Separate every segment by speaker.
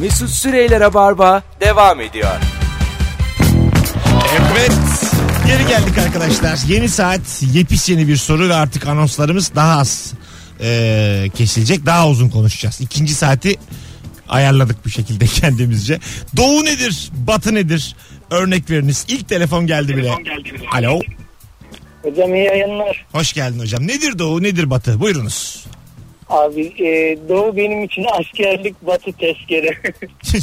Speaker 1: Mesut Süreyler'e barba devam ediyor.
Speaker 2: Evet. Geri geldik arkadaşlar. Yeni saat yepis yeni bir soru ve artık anonslarımız daha az e, kesilecek. Daha uzun konuşacağız. İkinci saati ayarladık bir şekilde kendimizce. Doğu nedir? Batı nedir? Örnek veriniz. İlk telefon geldi bile. Alo.
Speaker 3: Hocam iyi yayınlar.
Speaker 2: Hoş geldin hocam. Nedir doğu nedir batı? Buyurunuz.
Speaker 3: Abi e, Doğu benim için askerlik batı tezkere.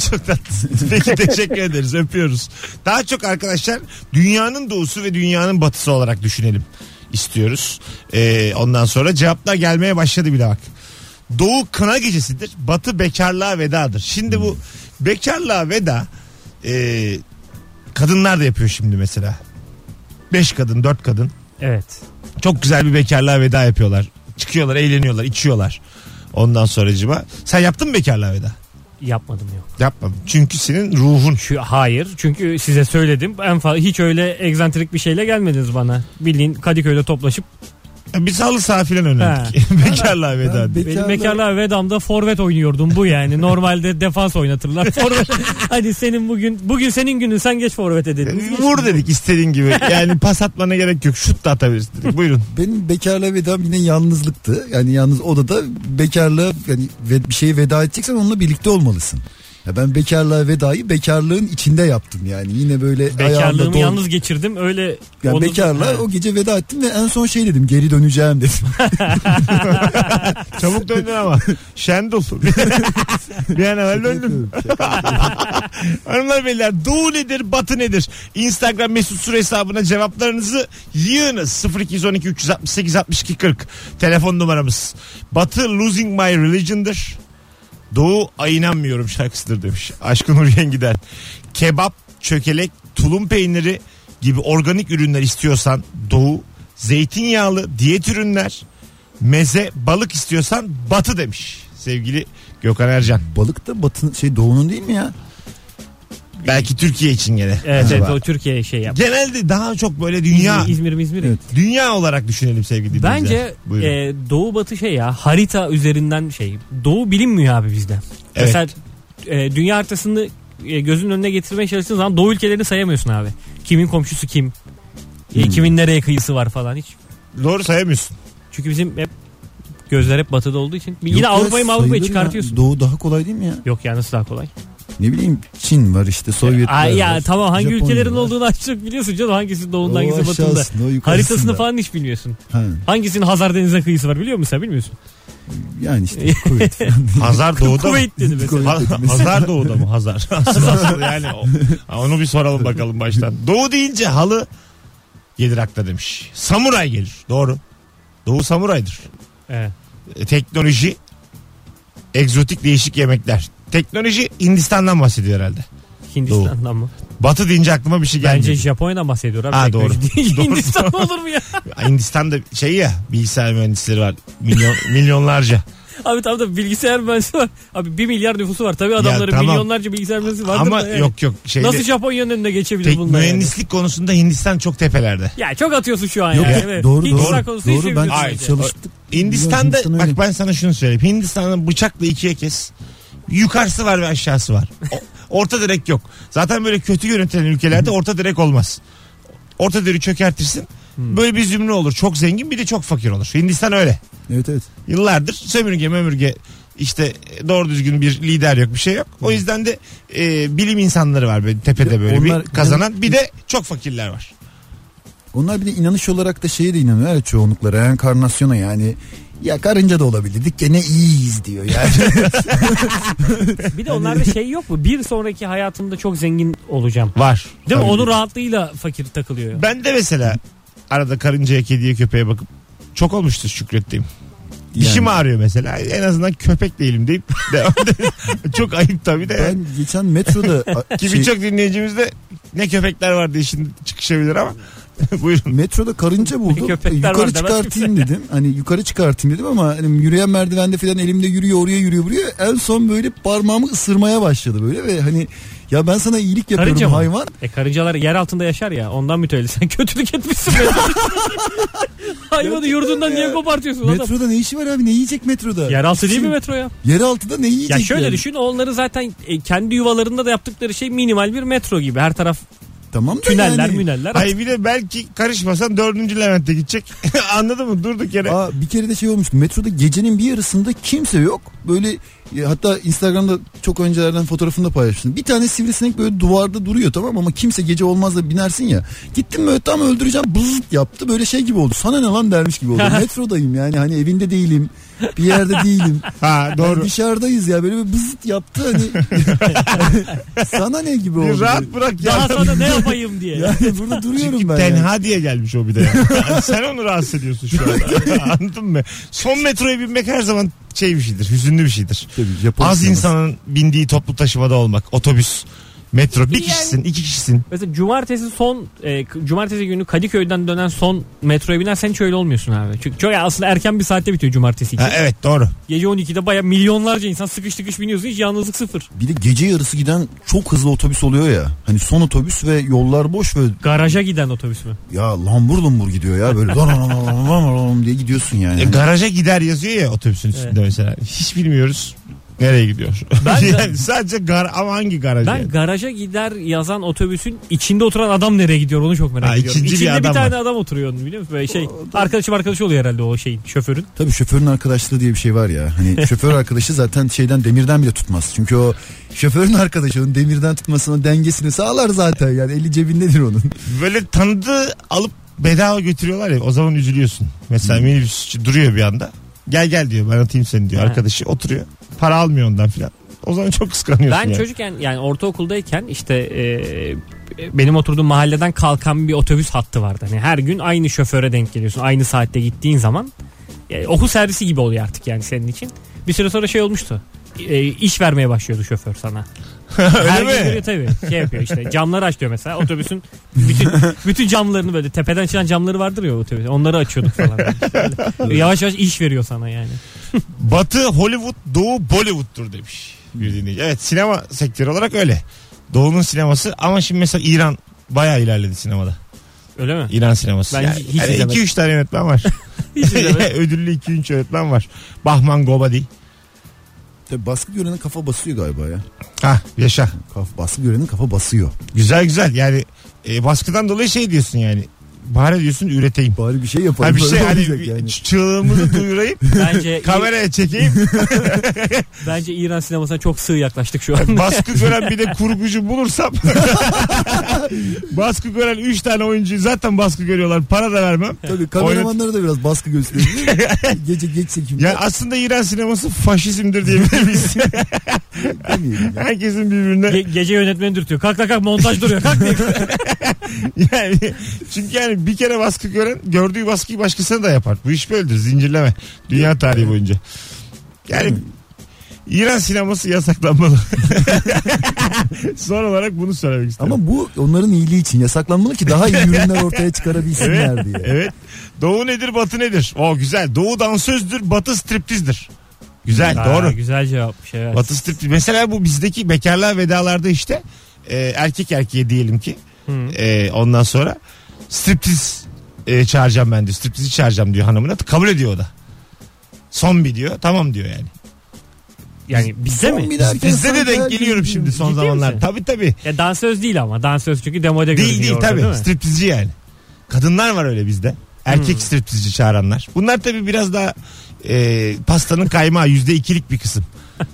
Speaker 2: Çok tatlısın. Peki teşekkür ederiz. Öpüyoruz. Daha çok arkadaşlar dünyanın doğusu ve dünyanın batısı olarak düşünelim istiyoruz. Ee, ondan sonra cevaplar gelmeye başladı bile bak. Doğu kına gecesidir. Batı bekarlığa vedadır. Şimdi bu bekarlığa veda e, kadınlar da yapıyor şimdi mesela. Beş kadın, dört kadın.
Speaker 4: Evet.
Speaker 2: Çok güzel bir bekarlığa veda yapıyorlar. Çıkıyorlar, eğleniyorlar, içiyorlar. Ondan sonracıma. Sen yaptın mı bekarlığa veda?
Speaker 4: Yapmadım yok.
Speaker 2: Yapmadım. Çünkü senin ruhun.
Speaker 4: Şu, hayır. Çünkü size söyledim. En fazla hiç öyle egzantrik bir şeyle gelmediniz bana. Bildiğin Kadıköy'de toplaşıp
Speaker 2: Biz halı saha filan oynadık. Bekarlığa veda
Speaker 5: Ben
Speaker 2: diye.
Speaker 4: benim bekarlığa vedamda forvet oynuyordum bu yani. Normalde defans oynatırlar. Forvet. Hadi senin bugün bugün senin günün sen geç forvete dediniz.
Speaker 2: Vur dedik istediğin gibi. Yani pas atmana gerek yok. Şut da atabilirsin dedik. Buyurun.
Speaker 5: Benim bekarlığa vedam yine yalnızlıktı. Yani yalnız odada bekarlığa yani ve- bir şeye veda edeceksen onunla birlikte olmalısın. Ya ben bekarlığa vedayı bekarlığın içinde yaptım yani. Yine böyle ayağımda
Speaker 4: Bekarlığımı
Speaker 5: don-
Speaker 4: yalnız geçirdim. Öyle
Speaker 5: Yani
Speaker 4: onu-
Speaker 5: bekarlığa o gece veda ettim ve en son şey dedim geri döneceğim dedim.
Speaker 2: Çabuk döndün ama. Şendul. bir an evvel döndüm. Hanımlar beyler doğu nedir batı nedir? Instagram mesut süre hesabına cevaplarınızı yığınız. 0212 368 62 40 telefon numaramız. Batı losing my religion'dır. Doğu "Ay inanmıyorum şarkısıdır demiş. Aşkın Nur Yengi'den. Kebap, çökelek, tulum peyniri gibi organik ürünler istiyorsan Doğu. Zeytinyağlı, diyet ürünler, meze, balık istiyorsan Batı demiş. Sevgili Gökhan Ercan.
Speaker 5: Balık da batın şey doğunun değil mi ya?
Speaker 2: Belki Türkiye için gene.
Speaker 4: Evet, evet,
Speaker 2: Acaba.
Speaker 4: o Türkiye şey yap.
Speaker 2: Genelde daha çok böyle dünya
Speaker 4: İzmir, İzmir, İzmir.
Speaker 5: Evet.
Speaker 2: dünya olarak düşünelim sevgili dinleyiciler.
Speaker 4: Bence
Speaker 2: Buyurun.
Speaker 4: e, doğu batı şey ya harita üzerinden şey. Doğu bilinmiyor abi bizde. Mesela e, dünya haritasını e, gözünün önüne getirmeye çalıştığın zaman doğu ülkelerini sayamıyorsun abi. Kimin komşusu kim? E,
Speaker 5: Hmm.
Speaker 4: kimin nereye kıyısı var falan hiç.
Speaker 2: Doğru sayamıyorsun.
Speaker 4: Çünkü bizim hep gözler hep batıda olduğu için.
Speaker 5: Yok
Speaker 4: Yine
Speaker 5: ya,
Speaker 4: Avrupa'yı
Speaker 5: sayılır
Speaker 4: Avrupa'yı
Speaker 5: ya.
Speaker 4: çıkartıyorsun.
Speaker 5: Doğu daha kolay değil mi ya?
Speaker 4: Yok ya nasıl daha kolay?
Speaker 5: Ne bileyim Çin var işte Sovyetler
Speaker 4: Ay ya
Speaker 5: var,
Speaker 4: tamam hangi
Speaker 5: Japonya
Speaker 4: ülkelerin
Speaker 5: var.
Speaker 4: olduğunu az çok biliyorsun canım. Hangisi doğunun
Speaker 5: Doğu
Speaker 4: hangisi batında.
Speaker 5: aşağısında, o yukarısında.
Speaker 4: Haritasını falan hiç bilmiyorsun.
Speaker 5: Ha,
Speaker 4: Hangisinin Hazar Denizi'ne kıyısı var biliyor musun sen bilmiyorsun?
Speaker 5: yani işte kuvvet falan.
Speaker 2: Hazar doğuda mı?
Speaker 4: Kuveyt dedi mesela.
Speaker 2: Ha- Hazar doğuda mı Hazar? Asıl asıl yani o- Ha, onu bir soralım bakalım baştan. Doğu deyince halı gelir akla demiş. Samuray gelir. Doğru. Doğu samuraydır.
Speaker 4: Evet.
Speaker 2: E, teknoloji, egzotik değişik yemekler. Teknoloji Hindistan'dan bahsediyor herhalde.
Speaker 4: Hindistan'dan mı?
Speaker 2: Batı deyince aklıma bir şey
Speaker 4: Bence
Speaker 2: gelmiyor.
Speaker 4: Japonya'dan bahsediyor abi.
Speaker 2: Ha,
Speaker 4: Teknoloji
Speaker 2: doğru.
Speaker 4: değil.
Speaker 2: Doğru.
Speaker 4: Hindistan olur mu ya?
Speaker 2: Hindistan'da şey ya bilgisayar mühendisleri var. Milyon, milyonlarca.
Speaker 4: Abi tamam da bilgisayar mühendisi var. Abi 1 milyar nüfusu var. Tabii adamların
Speaker 2: tamam.
Speaker 4: milyonlarca bilgisayar mühendisi vardır
Speaker 2: Ama
Speaker 4: da yani.
Speaker 2: yok yok. Şeyde,
Speaker 4: Nasıl Japonya'nın önüne geçebilir
Speaker 2: tek,
Speaker 4: bunlar yani?
Speaker 2: mühendislik konusunda Hindistan çok tepelerde.
Speaker 4: Ya çok atıyorsun şu an
Speaker 5: Yok
Speaker 4: yani.
Speaker 5: yok,
Speaker 4: Evet.
Speaker 5: doğru
Speaker 4: Hindistan
Speaker 5: doğru.
Speaker 4: konusunda hiç
Speaker 5: Doğru ben
Speaker 4: bilmiyorsun bence.
Speaker 5: çalıştık.
Speaker 2: Hindistan'da
Speaker 5: Hindistan öyle.
Speaker 2: bak ben sana şunu söyleyeyim. Hindistan'ın bıçakla ikiye kes. Yukarısı var ve aşağısı var. O- orta direk yok. Zaten böyle kötü yönetilen ülkelerde orta direk olmaz. Orta direği çökertirsin.
Speaker 4: Hmm.
Speaker 2: Böyle bir zümre olur. Çok zengin bir de çok fakir olur. Hindistan öyle.
Speaker 5: Evet evet.
Speaker 2: Yıllardır sömürge mömürge işte doğru düzgün bir lider yok bir şey yok. O yüzden de e, bilim insanları var böyle tepede
Speaker 5: Ya
Speaker 2: böyle
Speaker 5: onlar-
Speaker 2: bir kazanan. Bir de çok fakirler var.
Speaker 5: Onlar bir de inanış olarak da şeye de inanıyor ya çoğunlukla reenkarnasyona yani ya karınca da olabilirdik gene iyiyiz diyor yani.
Speaker 4: Bir de onlarda şey yok mu? Bir sonraki hayatımda çok zengin olacağım.
Speaker 2: Var.
Speaker 4: Değil mi?
Speaker 2: Tabii.
Speaker 4: Onun rahatlığıyla fakir takılıyor.
Speaker 2: Ben de mesela arada karıncaya, kediye, köpeğe bakıp çok olmuştur şükrettiğim. Dişim
Speaker 5: Yani
Speaker 2: ağrıyor mesela. En azından köpek değilim deyip devam ediyorum. Çok ayıp tabii de.
Speaker 5: Ben geçen metroda
Speaker 2: Ki
Speaker 5: şey,
Speaker 2: birçok dinleyicimiz de ne köpekler var diye şimdi çıkışabilir ama Buyurun.
Speaker 5: Metroda karınca buldum. E,
Speaker 4: Köpekler
Speaker 5: yukarı
Speaker 4: var demez
Speaker 5: çıkartayım dedim. Hani yukarı çıkartayım dedim ama hani yürüyen merdivende falan elimde yürüyor oraya yürüyor buraya. En son böyle parmağımı ısırmaya başladı böyle ve hani ya ben sana iyilik yapıyorum
Speaker 4: Karınca mı?
Speaker 5: hayvan.
Speaker 4: E karıncalar yer altında yaşar ya ondan mütevellit sen kötülük etmişsin. be. Hayvanı yurdundan niye kopartıyorsun adam?
Speaker 5: Metroda ne işi var abi ne yiyecek metroda?
Speaker 4: Yeraltı değil mi metro ya?
Speaker 5: Yer altında ne yiyecek?
Speaker 4: Ya şöyle
Speaker 5: yani?
Speaker 4: düşün onları zaten e, kendi yuvalarında da yaptıkları şey minimal bir metro gibi. Her taraf
Speaker 5: Tamam da
Speaker 4: tüneller
Speaker 2: hani-
Speaker 5: yani.
Speaker 4: müneller.
Speaker 2: Ay bir de belki karışmasan dördüncü Levent'e gidecek. Anladın mı? Durduk yere.
Speaker 5: Aa, bir kere de şey olmuştu metroda gecenin bir yarısında kimse yok böyle e, hatta Instagram'da çok öncelerden fotoğrafını da paylaşmıştım bir tane sivrisinek böyle duvarda duruyor tamam ama kimse gece olmaz da binersin ya gittim böyle tam öldüreceğim bızz yaptı böyle şey gibi oldu sana ne lan dermiş gibi oldu metrodayım yani hani evinde değilim bir yerde değilim
Speaker 2: Ha
Speaker 5: Doğru.
Speaker 2: doğru.
Speaker 4: şey
Speaker 5: dışarıdayız ya böyle bir bızıt yaptı hani sana ne gibi oldu
Speaker 2: Bir rahat bırak ya.
Speaker 4: Daha sonra ne yapayım diye.
Speaker 5: yani burada duruyorum
Speaker 2: Çünkü
Speaker 5: ben yani.
Speaker 2: tenha diye gelmiş o bir de. Yani sen onu rahatsız ediyorsun şu an. Anladın mı? Son metroya binmek her zaman şey bir şeydir. Hüzünlü bir şeydir.
Speaker 5: Tabii, Japon
Speaker 2: Az
Speaker 5: sineması.
Speaker 2: insanın bindiği toplu taşımada olmak. Otobüs, metro. Bir kişisin, iki kişisin.
Speaker 4: Mesela cumartesi son e, k- cumartesi günü Kadıköy'den dönen son metroya binersen hiç öyle olmuyorsun abi. Çünkü çok aslında erken bir saatte bitiyor cumartesi için.
Speaker 2: Ha, evet doğru. E,
Speaker 4: Gece 12'de baya milyonlarca insan sıkış tıkış biniyorsun hiç yalnızlık sıfır.
Speaker 5: Bir de gece yarısı giden çok hızlı otobüs oluyor ya. Hani son otobüs ve yollar boş ve
Speaker 4: Garaja giden otobüs mü?
Speaker 5: ya lambur lumbur gidiyor ya böyle lan lan lan lan lan lan diye gidiyorsun yani.
Speaker 2: E, garaja gider yazıyor ya otobüsün üstünde
Speaker 4: Evet.
Speaker 2: mesela. Hiç bilmiyoruz nereye gidiyor.
Speaker 4: Ben-
Speaker 2: yani sadece gar ama hangi garaj?
Speaker 4: Ben
Speaker 2: yani?
Speaker 4: garaja gider yazan otobüsün içinde oturan adam nereye gidiyor onu çok merak
Speaker 2: Ha,
Speaker 4: ediyorum.
Speaker 2: ikinci bir
Speaker 4: İçinde bir,
Speaker 2: adam
Speaker 4: tane adam oturuyor onun biliyor musun? Böyle şey arkadaşım arkadaşı oluyor herhalde o şeyin şoförün.
Speaker 5: Tabii şoförün arkadaşlığı diye bir şey var ya. Hani şoför arkadaşı zaten şeyden demirden bile tutmaz. Çünkü o şoförün arkadaşı onun demirden tutmasının dengesini sağlar zaten. Yani eli cebindedir onun.
Speaker 2: Böyle tanıdığı alıp bedava götürüyorlar ya o zaman üzülüyorsun. Mesela minibüsçü duruyor bir anda. Gel gel diyor ben atayım seni diyor
Speaker 4: Ha.
Speaker 2: arkadaşı oturuyor. Para almıyor ondan filan. O zaman çok kıskanıyorsun.
Speaker 4: Ben
Speaker 2: yani.
Speaker 4: çocukken yani ortaokuldayken işte e, benim oturduğum mahalleden kalkan bir otobüs hattı vardı. Hani her gün aynı şoföre denk geliyorsun. Aynı saatte gittiğin zaman e, okul servisi gibi oluyor artık yani senin için. Bir süre sonra şey olmuştu. E, iş vermeye başlıyordu şoför sana. her
Speaker 2: mi?
Speaker 4: gün görüyor tabii. Şey yapıyor işte. Camları açıyor mesela. Otobüsün bütün bütün camlarını böyle tepeden çıkan camları vardır ya otobüs. Onları açıyorduk falan. Böyle yavaş yavaş iş veriyor sana yani.
Speaker 2: Batı Hollywood, Doğu Bollywood'dur demiş bir dinleyici. Evet sinema sektörü olarak öyle. Doğu'nun sineması ama şimdi mesela İran bayağı ilerledi sinemada.
Speaker 4: Öyle mi?
Speaker 2: İran sineması.
Speaker 4: Ben hiç izlemedim.
Speaker 2: 2-3 tane yönetmen var.
Speaker 4: Hiç izlemedim.
Speaker 2: Ödüllü 2-3 yönetmen var. Bahman Gobadi.
Speaker 5: Tabii baskı görenin kafa basıyor galiba ya.
Speaker 2: Ha yaşa.
Speaker 5: Kaf, baskı görenin kafa basıyor.
Speaker 2: Güzel güzel yani e, baskıdan dolayı şey diyorsun yani. Bari diyorsun üreteyim.
Speaker 5: Bari bir şey yapalım.
Speaker 2: Ha bir şey
Speaker 5: Böyle
Speaker 2: hani
Speaker 5: olacak yani.
Speaker 2: ç- çığlığımızı duyurayım
Speaker 4: Bence
Speaker 2: kameraya çekeyim
Speaker 4: Bence İran sinemasına çok sığ yaklaştık şu an.
Speaker 2: baskı gören bir de kurgucu bulursam baskı gören 3 tane oyuncuyu zaten baskı görüyorlar para da vermem.
Speaker 5: Tabii kameramanlara da biraz baskı gösteriyor. Gece geç çekimde
Speaker 2: Ya aslında İran sineması faşizmdir diyebilir miyiz?
Speaker 5: demeyelim ya.
Speaker 2: Herkesin birbirine
Speaker 4: Ge- gece yönetmeni dürtüyor. Kalk kalk kalk montaj duruyor. Kalk diye.
Speaker 2: yani çünkü yani bir kere baskı gören gördüğü baskıyı başkasına da yapar. Bu iş böyledir zincirleme dünya tarihi boyunca. Yani İran sineması yasaklanmalı. Son olarak bunu söylemek istedim.
Speaker 5: Ama bu onların iyiliği için yasaklanmalı ki daha iyi ürünler ortaya çıkarabilsinler diye.
Speaker 2: Evet. Doğu nedir, batı nedir? O güzel. Doğu dansözdür, batı striptizdir. Güzel, doğru.
Speaker 4: Güzel cevapmış evet.
Speaker 2: Batı striptiz. Mesela bu bizdeki bekarlığa vedalarda işte e, erkek erkeğe diyelim ki
Speaker 4: Hı.
Speaker 2: e, ondan sonra striptiz e, çağıracağım ben diyor. Striptizi çağıracağım diyor hanımına. Kabul ediyor o da. Son bir diyor. Tamam diyor yani.
Speaker 4: Yani bizde
Speaker 5: Son
Speaker 4: mi?
Speaker 5: bir derken
Speaker 2: Bizde de
Speaker 5: sanki her
Speaker 2: denk geliyorum
Speaker 5: gün-
Speaker 2: şimdi son
Speaker 4: Ciddi
Speaker 2: zamanlar.
Speaker 4: misin?
Speaker 2: Tabii tabii.
Speaker 4: Ya dansöz değil ama. Dansöz çünkü demode görünüyor
Speaker 2: Değil değil
Speaker 4: orada,
Speaker 2: tabii.
Speaker 4: değil mi?
Speaker 2: Striptizci yani. Kadınlar var öyle bizde. Erkek
Speaker 4: Hmm.
Speaker 2: striptizci çağıranlar. Bunlar tabii biraz daha e, pastanın kaymağı yüzde ikilik bir kısım.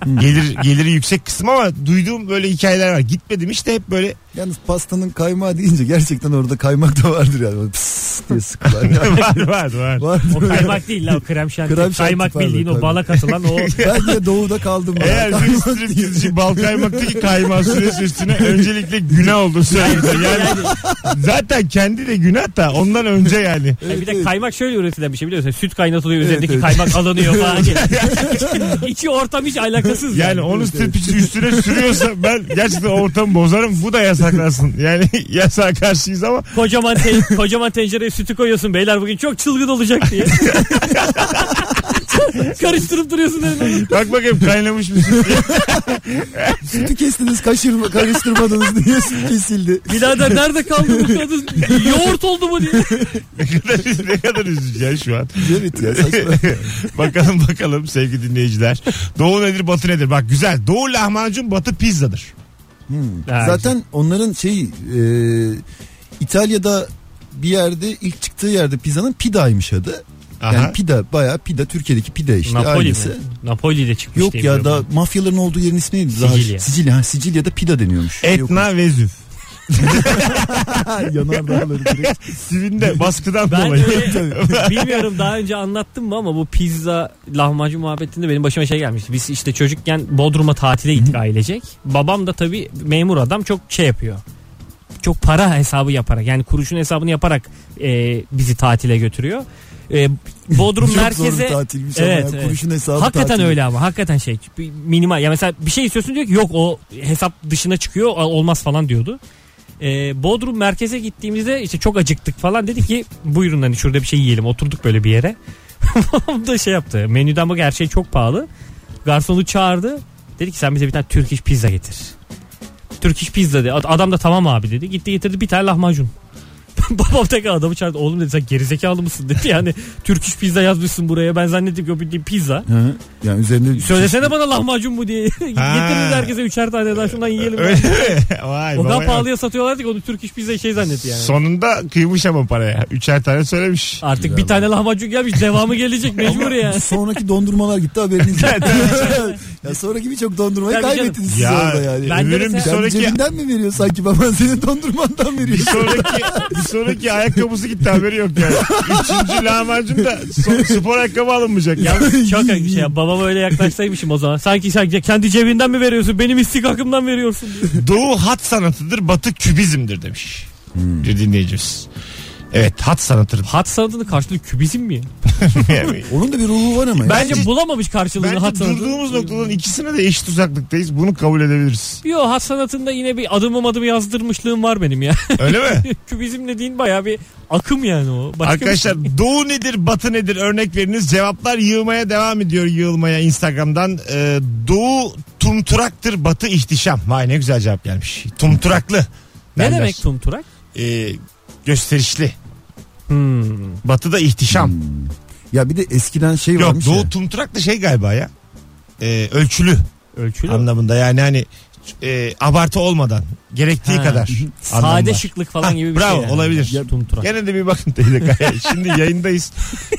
Speaker 4: Hmm.
Speaker 2: Gelir geliri yüksek kısım ama duyduğum böyle hikayeler var. Gitmedim işte hep böyle
Speaker 5: Yalnız pastanın kaymağı deyince gerçekten orada kaymak da vardır yani. Böyle Pıs diye sıkılar. Yani.
Speaker 2: var var var.
Speaker 5: Vardır.
Speaker 4: O kaymak değil la o krem şanti.
Speaker 5: Krem şanti
Speaker 4: kaymak
Speaker 5: pardon,
Speaker 4: bildiğin o
Speaker 5: tabii.
Speaker 4: bala katılan o.
Speaker 5: ben de doğuda kaldım. ya.
Speaker 2: Eğer bir
Speaker 5: Kaymak
Speaker 2: striptizci bal kaymaktaki kaymağı süresi üstüne öncelikle günah oldu söylüyorum. Yani zaten kendi de günah da ondan önce yani.
Speaker 4: Yani bir de
Speaker 5: evet.
Speaker 4: kaymak şöyle üretilen bir şey biliyorsun. Süt kaynatılıyor üzerindeki
Speaker 5: evet.
Speaker 4: kaymak alınıyor falan. İçi- İçi ortam hiç alakasız.
Speaker 2: Yani onu striptizci üstüne sürüyorsa ben gerçekten ortamı bozarım. Bu da saklarsın. Yani yasağa karşıyız ama
Speaker 4: Kocaman, te- kocaman tencereye sütü koyuyorsun beyler bugün çok çılgın olacak diye. Karıştırıp duruyorsun önüne.
Speaker 2: bak bakayım kaynamış mı? süt?
Speaker 5: Sütü kestiniz kaşırma, karıştırmadınız diye süt kesildi.
Speaker 4: Birader nerede kaldı bu kadın? Yoğurt oldu mu diye.
Speaker 2: ne kadar, ne kadar üzücü ya şu an.
Speaker 5: Evet ya saçma.
Speaker 2: bakalım bakalım sevgili dinleyiciler. Doğu nedir batı nedir? Bak güzel. Doğu lahmacun batı pizzadır.
Speaker 4: Ha,
Speaker 5: Zaten onların şey e, İtalya'da bir yerde ilk çıktığı yerde pizzanın pidaymış adı. Yani
Speaker 2: Aha.
Speaker 5: pida bayağı pida Türkiye'deki pida işte
Speaker 4: Napoli mi?
Speaker 5: aynısı.
Speaker 4: Napoli'de çıkmış
Speaker 5: Yok
Speaker 4: diye
Speaker 5: ya da
Speaker 4: biliyorum
Speaker 5: mafyaların olduğu yerin ismi neydi? Daha-
Speaker 4: Sicilya.
Speaker 5: Sicilya. Ha, Sicilya'da pida deniyormuş.
Speaker 2: Etna Vezüv.
Speaker 5: Yanardağları direkt.
Speaker 2: Sivinde baskıdan
Speaker 4: ben. Ben
Speaker 2: dolayı.
Speaker 4: öyle- bilmiyorum daha önce anlattım mı ama bu pizza lahmacun muhabbetinde benim başıma şey gelmişti. Biz işte çocukken Bodrum'a tatile gittik ailecek. Babam da tabii memur adam çok şey yapıyor. Çok para hesabı yaparak yani kuruşun hesabını yaparak e, bizi tatile götürüyor. E, Bodrum
Speaker 5: Çok zorlu
Speaker 4: merkeze
Speaker 5: tatilmiş ama
Speaker 4: Evet,
Speaker 5: şey ya,
Speaker 4: evet.
Speaker 5: kuruşun hesabı
Speaker 4: Hakikaten
Speaker 5: tatili.
Speaker 4: öyle ama hakikaten şey bir minimal ya mesela bir şey istiyorsun diyor ki yok o hesap dışına çıkıyor a- olmaz falan diyordu. Ee, Bodrum merkeze gittiğimizde işte çok acıktık falan dedi ki buyurun hani şurada bir şey yiyelim oturduk böyle bir yere. Babam da şey yaptı menüden bak her şey çok pahalı. Garsonu çağırdı dedi ki sen bize bir tane Turkish pizza getir. Turkish pizza dedi Ad- adam da tamam abi dedi gitti getirdi bir tane lahmacun. Babam tekrar adamı çağırdı. Oğlum dedi sen gerizekalı mısın dedi. Yani Turkish pizza yazmışsın buraya. Ben zannettim ki o bildiğin pizza.
Speaker 5: Hı. Yani üzerinde
Speaker 4: Söylesene bana lahmacun bu diye. Getirdiniz herkese üçer tane daha şundan yiyelim.
Speaker 2: Öyle mi? Vay,
Speaker 4: o
Speaker 2: baba
Speaker 4: kadar
Speaker 2: ya.
Speaker 4: pahalıya satıyorlardı ki onu Türk iş bize şey zannetti yani.
Speaker 2: Sonunda kıymış ama paraya. Üçer tane söylemiş.
Speaker 4: Artık bir
Speaker 5: Güzel
Speaker 4: tane lahmacun gelmiş devamı gelecek mecbur ya.
Speaker 5: şey- Sonraki dondurmalar gitti haberiniz yok. ya sonraki birçok dondurmayı
Speaker 4: Tabii canım.
Speaker 5: kaybettiniz siz
Speaker 2: Ya,
Speaker 5: orada yani.
Speaker 4: Ben de
Speaker 2: Ömürün bir
Speaker 4: mesela-
Speaker 5: Sen
Speaker 2: sonraki
Speaker 5: cebinden mi veriyor sanki baban senin dondurmandan veriyor.
Speaker 2: bir sonraki, bir sonraki ayakkabısı gitti haberi yok yani. Üçüncü lahmacun da son- spor ayakkabı alınmayacak. Ya.
Speaker 4: Yalnız çok ayıp bir şey ya. Babama öyle yaklaşsaymışım o zaman. Sanki sen kendi cebinden mi veriyorsun? Benim istikakımdan veriyorsun. diye.
Speaker 2: Doğu hat sanatıdır, batı kübizmdir demiş. Bir dinleyicimiz. Evet hat sanatıdır.
Speaker 4: Hat sanatının karşılığı kübizm mi?
Speaker 2: Yani
Speaker 5: Onun da bir ruhu var ama ya.
Speaker 4: Bence, bulamamış karşılığını hat
Speaker 2: Bence
Speaker 4: sanatı.
Speaker 2: durduğumuz noktaların ikisine de eşit uzaklıktayız. Bunu kabul edebiliriz.
Speaker 4: Yo hat sanatında yine bir adımım adım yazdırmışlığım var benim ya.
Speaker 2: Öyle mi?
Speaker 4: kübizm dediğin baya bir akım yani o. Başka bir şey.
Speaker 2: Arkadaşlar doğu nedir batı nedir örnek veriniz cevaplar yığmaya devam ediyor yığılmaya instagramdan Ee, doğu tumturaktır batı ihtişam vay ne güzel cevap gelmiş tumturaklı
Speaker 4: ne
Speaker 2: derler.
Speaker 4: demek tumturak?
Speaker 2: Ee, gösterişli
Speaker 4: Hmm.
Speaker 2: batıda ihtişam
Speaker 5: Ya bir de eskiden şey
Speaker 2: yok
Speaker 5: varmış
Speaker 2: doğu
Speaker 5: ya.
Speaker 2: tumturak da şey galiba ya Ee, ölçülü
Speaker 4: Ölçülü.
Speaker 2: anlamında yani hani e, abartı olmadan gerektiği
Speaker 4: Ha.
Speaker 2: kadar
Speaker 4: Sade
Speaker 2: anlamda.
Speaker 4: şıklık falan
Speaker 2: Ha,
Speaker 4: gibi bir
Speaker 2: bravo,
Speaker 4: şey. yani.
Speaker 2: olabilir.
Speaker 4: Ya, Tumturak.
Speaker 2: Gene de bir bakın teyze Kaya. Şimdi yayındayız.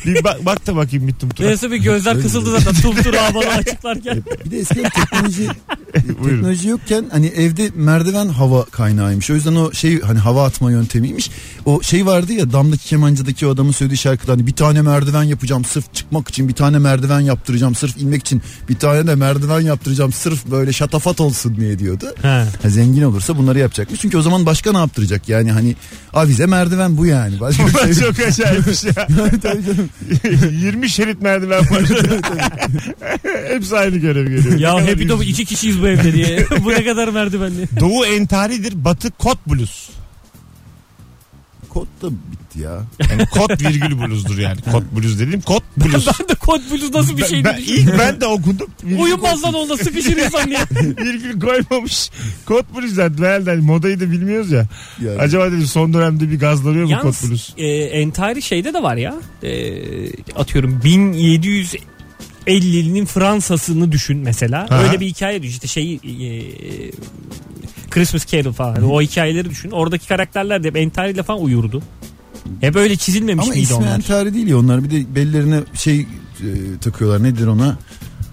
Speaker 2: Bir bak, bak da bakayım bir tumturak.
Speaker 4: Neyse bir gözler kısıldı zaten tumturağı bana açıklarken.
Speaker 5: Bir de eskiden teknoloji
Speaker 2: Buyurun.
Speaker 5: teknoloji yokken hani evde merdiven hava kaynağıymış. O yüzden o şey hani hava atma yöntemiymiş. O şey vardı ya damdaki kemancıdaki o adamın söylediği şarkıda hani bir tane merdiven yapacağım sırf çıkmak için bir tane merdiven yaptıracağım sırf inmek için bir tane de merdiven yaptıracağım sırf böyle şatafat olsun diye diyordu.
Speaker 4: He.
Speaker 5: Ha, zengin olursa bunları yapacakmış. Çünkü o zaman başka ne yaptıracak yani hani avize merdiven bu yani. Başka bir şey
Speaker 2: Ulan
Speaker 5: yok.
Speaker 2: çok acayipmiş ya.
Speaker 5: Tabii canım.
Speaker 2: 20 şerit merdiven var. Hepsi aynı görev görüyor. Ne
Speaker 4: Ya
Speaker 2: kadar
Speaker 4: hep bir de bu
Speaker 2: üzücü.
Speaker 4: iki kişiyiz bu evde diye. bu ne kadar merdivenli.
Speaker 2: Doğu entaridir, batı kot bluz.
Speaker 5: Kod da bitti ya.
Speaker 2: Yani kot virgül bluzdur yani. Kot bluz dediğim kot bluz.
Speaker 4: ben de kod bluz nasıl bir
Speaker 2: Ben,
Speaker 4: şey
Speaker 2: ben,
Speaker 4: diye
Speaker 2: ilk ben de okudum. Virgül,
Speaker 4: Uyumaz lan onda sıkışır insan diye.
Speaker 2: virgül koymamış. Kot bluz zaten. Meğer de hani modayı da bilmiyoruz ya.
Speaker 5: Yani.
Speaker 2: Acaba dedim son dönemde bir gazlanıyor mu kot bluz?
Speaker 4: Yalnız e, entari şeyde de var ya. E, atıyorum 1700 50'nin Fransa'sını düşün mesela.
Speaker 2: Aha.
Speaker 4: Öyle bir hikaye düşün. İşte şey e, Christmas Carol falan. O hikayeleri düşün. Oradaki karakterler de hep entariyle falan uyurdu. Hep öyle çizilmemiş
Speaker 5: Ama
Speaker 4: miydi
Speaker 5: ismi
Speaker 4: onlar?
Speaker 5: entari değil ya onlar bir de bellerine şey e, takıyorlar nedir ona?